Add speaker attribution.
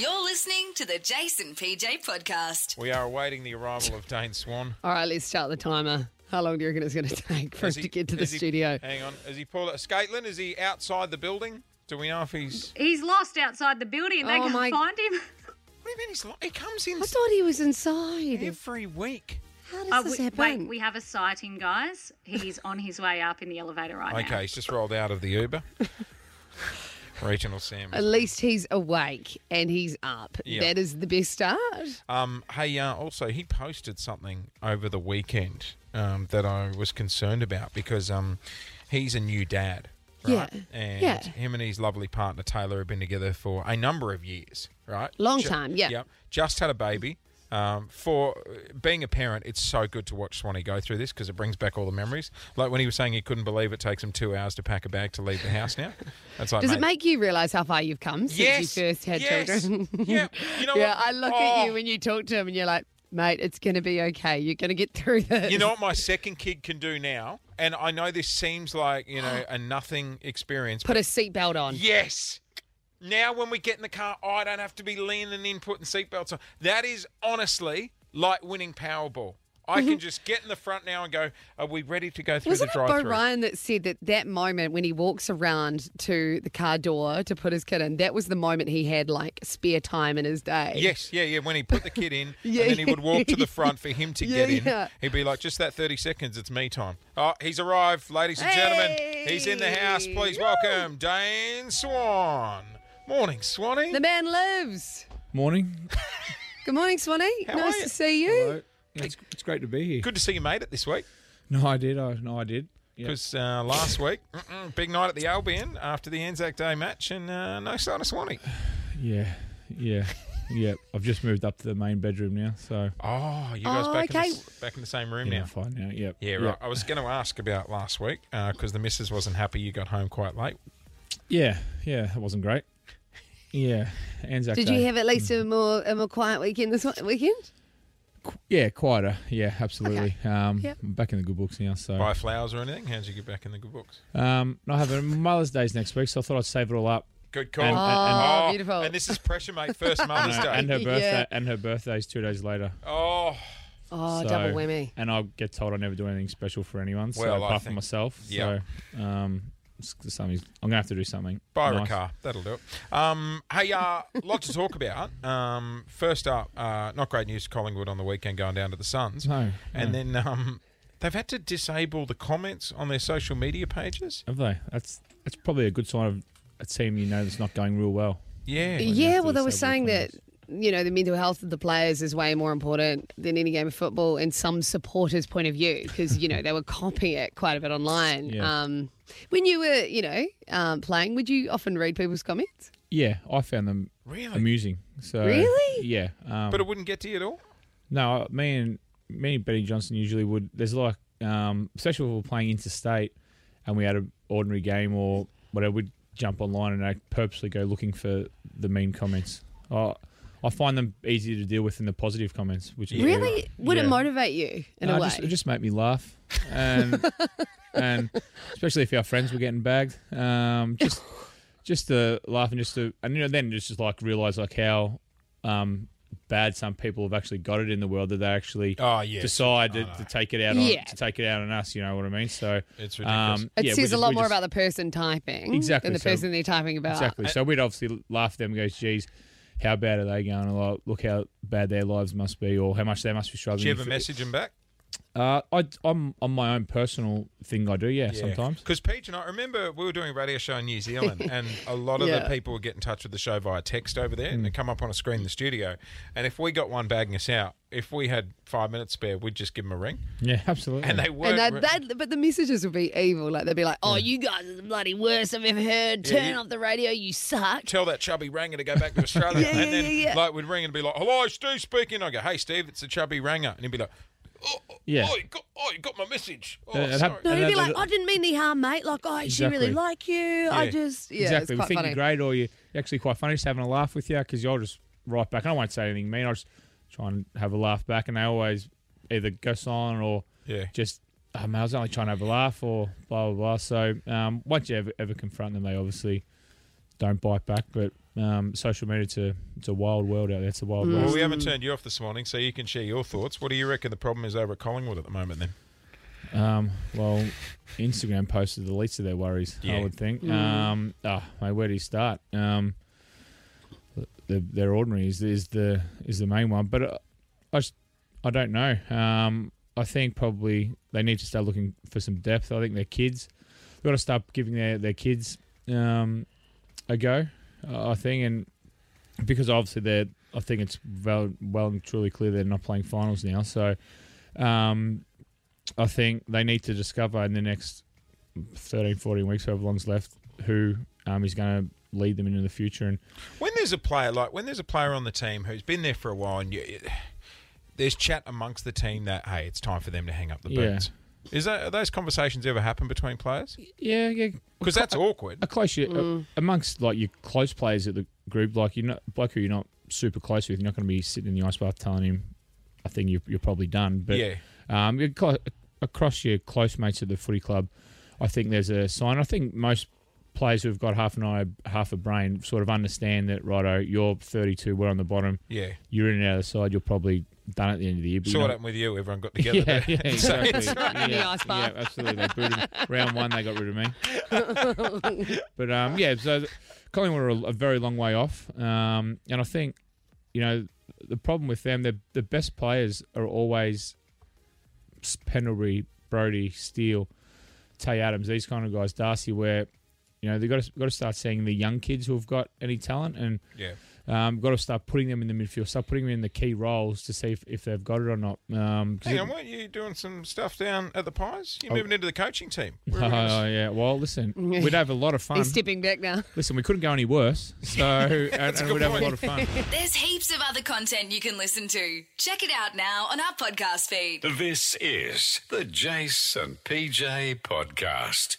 Speaker 1: listening to the Jason PJ podcast.
Speaker 2: We are awaiting the arrival of Dane Swan.
Speaker 3: All right, let's start the timer. How long do you reckon it's going to take for us
Speaker 2: Is
Speaker 3: to
Speaker 2: he-
Speaker 3: get to the
Speaker 2: is he- uh,
Speaker 3: studio?
Speaker 2: Hang on. Is he pulled up? Scaitlin, is he outside the building? Do we know if he's.
Speaker 4: He's lost outside the building and they
Speaker 3: Oh,
Speaker 4: can't
Speaker 3: my-
Speaker 4: find him.
Speaker 2: What do you mean he's lo- He comes in
Speaker 3: I thought he was inside.
Speaker 2: every week.
Speaker 3: How does
Speaker 4: Oh,
Speaker 3: this
Speaker 4: we,
Speaker 3: happen?
Speaker 4: wait, we have a sighting, guys. He's on his way up in the elevator right now.
Speaker 2: Okay, he's just rolled out of the Uber. Regional Sam.
Speaker 3: At least he's awake and he's up.
Speaker 2: Yeah.
Speaker 3: That is the best start.
Speaker 2: Um, hey, uh, also, he posted something over the weekend um, that I was concerned about because um, he's a new dad. Right?
Speaker 3: Yeah.
Speaker 2: And
Speaker 3: Yeah.
Speaker 2: him and his lovely partner Taylor have been together for a number of years, right?
Speaker 3: Long time, yeah.
Speaker 2: Yep. Just had a baby. Um, for uh, being a parent, it's so good to watch Swanee go through this because it brings back all the memories. Like when he was saying he couldn't believe it takes him two hours to pack a bag to leave the house now. That's like,
Speaker 3: Does
Speaker 2: mate,
Speaker 3: it make you realise how far you've come since
Speaker 2: Yes,
Speaker 3: you first had
Speaker 2: yes.
Speaker 3: children?
Speaker 2: Yeah, you know
Speaker 3: yeah,
Speaker 2: what?
Speaker 3: I look at
Speaker 2: Oh.
Speaker 3: you when you talk to him and you're like, mate, it's going to be okay. You're going to get through this.
Speaker 2: you know what my second kid can do now, and I know this seems like you know a nothing experience.
Speaker 3: Put a seatbelt on.
Speaker 2: yes, now when we get in the car, I don't have to be leaning in, putting seatbelts on. That is honestly like winning Powerball. I can just get in the front now and go. Are we ready to go through
Speaker 3: Wasn't
Speaker 2: the
Speaker 3: it Bo
Speaker 2: drive-through?
Speaker 3: Ryan that said that that moment when he walks around to the car door to put his kid in, that was the moment he had like spare time in his day?
Speaker 2: Yes, yeah, yeah. When he put the kid in,
Speaker 3: Yeah,
Speaker 2: and then he would walk to
Speaker 3: yeah.
Speaker 2: the front for him to
Speaker 3: Yeah,
Speaker 2: get in.
Speaker 3: yeah.
Speaker 2: He'd be like, "Just that thirty seconds, it's me time." Oh, he's arrived, ladies and gentlemen. He's in the house.
Speaker 3: Hey.
Speaker 2: Please
Speaker 3: Woo.
Speaker 2: welcome Dane Swan. Morning, Swanee.
Speaker 3: The man lives.
Speaker 5: Morning.
Speaker 3: Good morning, Swanee.
Speaker 2: How
Speaker 3: nice
Speaker 2: are you?
Speaker 3: to see you.
Speaker 5: Hello. It's, it's great to be here.
Speaker 2: Good to see you made it this week
Speaker 5: No, I did. I, no, I did. Yeah.
Speaker 2: because uh, last week, mm-mm, big night at the Albion after the Anzac Day match, and uh, no sign of Swanee.
Speaker 5: Yeah. Yeah. yeah. I've just moved up to the main bedroom now, so
Speaker 2: Oh, you guys
Speaker 3: Oh,
Speaker 2: back,
Speaker 3: okay.
Speaker 2: in the, s- back in the same room
Speaker 5: yeah,
Speaker 2: now.
Speaker 5: I'm fine now. Yep.
Speaker 2: Yeah, right. I was going to ask about last week because the missus wasn't happy you got home quite late.
Speaker 5: Yeah. Yeah. That wasn't great. Yeah. Anzac
Speaker 3: Did
Speaker 5: Day.
Speaker 3: you have at least a more a more quiet weekend this one- weekend?
Speaker 5: Qu- Yeah, quieter. Yeah, absolutely. Um,
Speaker 3: Yep.
Speaker 5: I'm back in the good books now. So,
Speaker 2: Buy flowers or anything? How'd you get back in the good books?
Speaker 5: um, no, I have a Mother's Day's next week, so I thought I'd save it all up.
Speaker 2: Good call.
Speaker 5: And- and-
Speaker 3: and- Oh, beautiful.
Speaker 2: And this is pressure, mate. First
Speaker 5: And,
Speaker 2: Mother's Day.
Speaker 5: Uh, and her
Speaker 3: Yeah.
Speaker 5: birthday, and her birthday's two days later.
Speaker 2: oh,
Speaker 3: Oh,
Speaker 5: So-
Speaker 3: double whammy.
Speaker 5: And I get told I never do anything special for anyone, so
Speaker 2: Well, I
Speaker 5: apart
Speaker 2: think-
Speaker 5: from myself.
Speaker 2: yeah.
Speaker 5: So um, it's something I'm gonna have to do something.
Speaker 2: buy her a
Speaker 5: nice.
Speaker 2: car. That'll do it. Um, hey, uh, lot to talk about. Um, first up, uh, not great news for Collingwood on the weekend going down to the Suns.
Speaker 5: No, no.
Speaker 2: And then um, they've had to disable the comments on their social media pages.
Speaker 5: Have they? That's that's probably a good sign of a team you know that's not going real well.
Speaker 2: Yeah.
Speaker 3: Yeah,
Speaker 5: have
Speaker 3: well,
Speaker 5: to
Speaker 3: they were
Speaker 5: disable
Speaker 3: saying that
Speaker 5: comments.
Speaker 3: you know the mental health of the players is way more important than any game of football and some supporters' point of view because you know they were copying it quite a bit online.
Speaker 5: Yeah.
Speaker 3: Um, when you were you know um, playing, would you often read people's comments?
Speaker 5: Yeah, I found them
Speaker 2: Really?
Speaker 5: amusing. So
Speaker 3: Really?
Speaker 5: yeah. Um,
Speaker 2: But it wouldn't get to you at all?
Speaker 5: No, me and me and Betty Johnson usually would. There's like, um, especially if we're playing interstate, and we had an ordinary game or whatever, we'd jump online and I purposely go looking for the mean comments. I I find them easier to deal with than the positive comments, which is weird.
Speaker 3: Really? Would it
Speaker 5: Yeah.
Speaker 3: motivate you in
Speaker 5: No,
Speaker 3: a
Speaker 5: it
Speaker 3: way?
Speaker 5: Just, it just made me laugh, and and especially if our friends were getting bagged, um, just just to laugh and just to and you know then just just like realize like how um, bad some people have actually got it in the world that they actually
Speaker 2: Oh, yeah.
Speaker 5: decide to, to take it out on
Speaker 3: Yeah.
Speaker 5: to take it out on us. You know what I mean? So um,
Speaker 2: It's ridiculous.
Speaker 3: it
Speaker 5: yeah, we
Speaker 3: says a
Speaker 5: just-
Speaker 3: lot
Speaker 5: we
Speaker 3: more
Speaker 5: just-
Speaker 3: about the person typing
Speaker 5: Exactly,
Speaker 3: than the
Speaker 5: so-
Speaker 3: person they're typing about.
Speaker 5: exactly. So we'd obviously laugh at them and go, "Geez." How bad are they going? Like, look how bad their lives must be, or how much they must be struggling.
Speaker 2: Did you ever
Speaker 5: If-
Speaker 2: message him back?
Speaker 5: Uh, I, I'm on my own personal thing. I do, yeah, sometimes.
Speaker 2: Because Peach and I remember we were doing a radio show in New Zealand, and a lot of
Speaker 3: Yeah. Hmm.
Speaker 2: the people would get in touch with the show via text over there, and they come up on a screen in the studio. And if we got one bagging us out, if we had five minutes spare, we'd just give them a ring,
Speaker 5: Yeah, absolutely.
Speaker 2: and they weren't.
Speaker 3: And
Speaker 2: re-
Speaker 3: that, that, but the messages would be evil. Like they'd be like, "Oh, you guys are the bloody worst I've ever heard.
Speaker 2: Yeah,
Speaker 3: Turn
Speaker 2: you-
Speaker 3: off the radio. You suck."
Speaker 2: Tell that chubby ranger to go back to Australia,
Speaker 3: Yeah,
Speaker 2: and
Speaker 3: yeah,
Speaker 2: then
Speaker 3: yeah, yeah.
Speaker 2: like we'd ring and be like, "Hello, Steve speaking." I go, "Hey, Steve, it's the chubby ranger," and he'd be like, "Oh, oh,
Speaker 5: Yeah.
Speaker 2: oh, you got, oh, you got my message."
Speaker 3: Uh,
Speaker 2: Oh,
Speaker 5: Yeah, it
Speaker 2: sorry.
Speaker 5: hap-
Speaker 3: No,
Speaker 5: And
Speaker 3: he'd be
Speaker 5: that-
Speaker 3: like,
Speaker 5: that-
Speaker 3: "I didn't mean any harm, mate. Like, I actually really
Speaker 5: Exactly.
Speaker 3: like you. I
Speaker 2: Yeah.
Speaker 3: just yeah,
Speaker 5: exactly.
Speaker 3: it's
Speaker 5: We
Speaker 3: quite
Speaker 5: think
Speaker 3: funny."
Speaker 5: you're great, or you're actually quite funny, just having a laugh with you, because you'll just write back. And I won't say anything mean. I will just try and have a laugh back, and they always either go silent or
Speaker 2: Yeah.
Speaker 5: just, oh, man, I was only um, trying to have a laugh, or blah blah blah. So um, once you ever, ever confront them, they obviously don't bite back. But um, social media, it's a, it's a wild world out there. It's a wild
Speaker 3: Mm.
Speaker 5: world.
Speaker 2: Well, we haven't turned you off this morning, so you can share your thoughts. What do you reckon the problem is over at Collingwood at the moment? Then
Speaker 5: Um, well, Instagram posted the least of their worries,
Speaker 2: Yeah.
Speaker 5: I would think. Um, ah, mate, where do you start? Um, the, their ordinary is, is the is the main one, but uh, I just, I don't know. Um, I think probably they need to start looking for some depth. I think their kids, they've got to start giving their their kids um, a go. Uh, I think, and because obviously they're, I think it's well, well and truly clear they're not playing finals now. So, um, I think they need to discover in the next 13, 14 weeks, however long's left, who um, is going to lead them into the future. And
Speaker 2: when there's a player like when there's a player on the team who's been there for a while, and you, you- there's chat amongst the team that hey, it's time for them to hang up the
Speaker 5: Yeah.
Speaker 2: boots. Is that are those conversations ever happen between players?
Speaker 5: yeah, yeah,
Speaker 2: Because that's awkward.
Speaker 5: a close you, amongst like your close players at the group, like you're not, like who you're not super close with, you're not going to be sitting in the ice bath telling him, I think you're, you're probably done. But
Speaker 2: Yeah.
Speaker 5: um, you're clo- across your close mates at the footy club, I think there's a sign. I think most players who've got half an eye, half a brain, sort of understand that. Righto, you're 32, we're on the bottom.
Speaker 2: Yeah.
Speaker 5: you're in and out of the side, you're probably done at the end of the year. But
Speaker 2: Saw
Speaker 5: you
Speaker 2: what
Speaker 5: know-
Speaker 2: happened with you. Everyone got together.
Speaker 5: yeah,
Speaker 2: there.
Speaker 5: yeah, exactly. yeah,
Speaker 3: in the ice bath.
Speaker 5: yeah, absolutely. They booted me. Round one, they got rid of me. but um, yeah, so th- Collingwood are a, a very long way off, um, and I think you know the problem with them, the the best players are always S- Pendlebury, Brody, Steele, Tay Adams, these kind of guys, Darcy, where you know they've got to, got to start seeing the young kids who have got any talent and
Speaker 2: yeah.
Speaker 5: um, got to start putting them in the midfield, start putting them in the key roles to see if, if they've got it or not. Um, 'cause
Speaker 2: Hang
Speaker 5: it-
Speaker 2: on, weren't you doing some stuff down at the Pies? You're
Speaker 5: Oh.
Speaker 2: moving into the coaching team. Where
Speaker 5: Oh,
Speaker 2: are we gonna-
Speaker 5: yeah. Well, listen, we'd have a lot of fun.
Speaker 3: He's stepping back now.
Speaker 5: listen, we couldn't go any worse, so and,
Speaker 2: That's a
Speaker 5: and
Speaker 2: good
Speaker 5: we'd have a
Speaker 2: point.
Speaker 5: lot of fun.
Speaker 1: There's heaps of other content you can listen to. Check it out now on our podcast feed.
Speaker 6: This is the Jason PJ Podcast.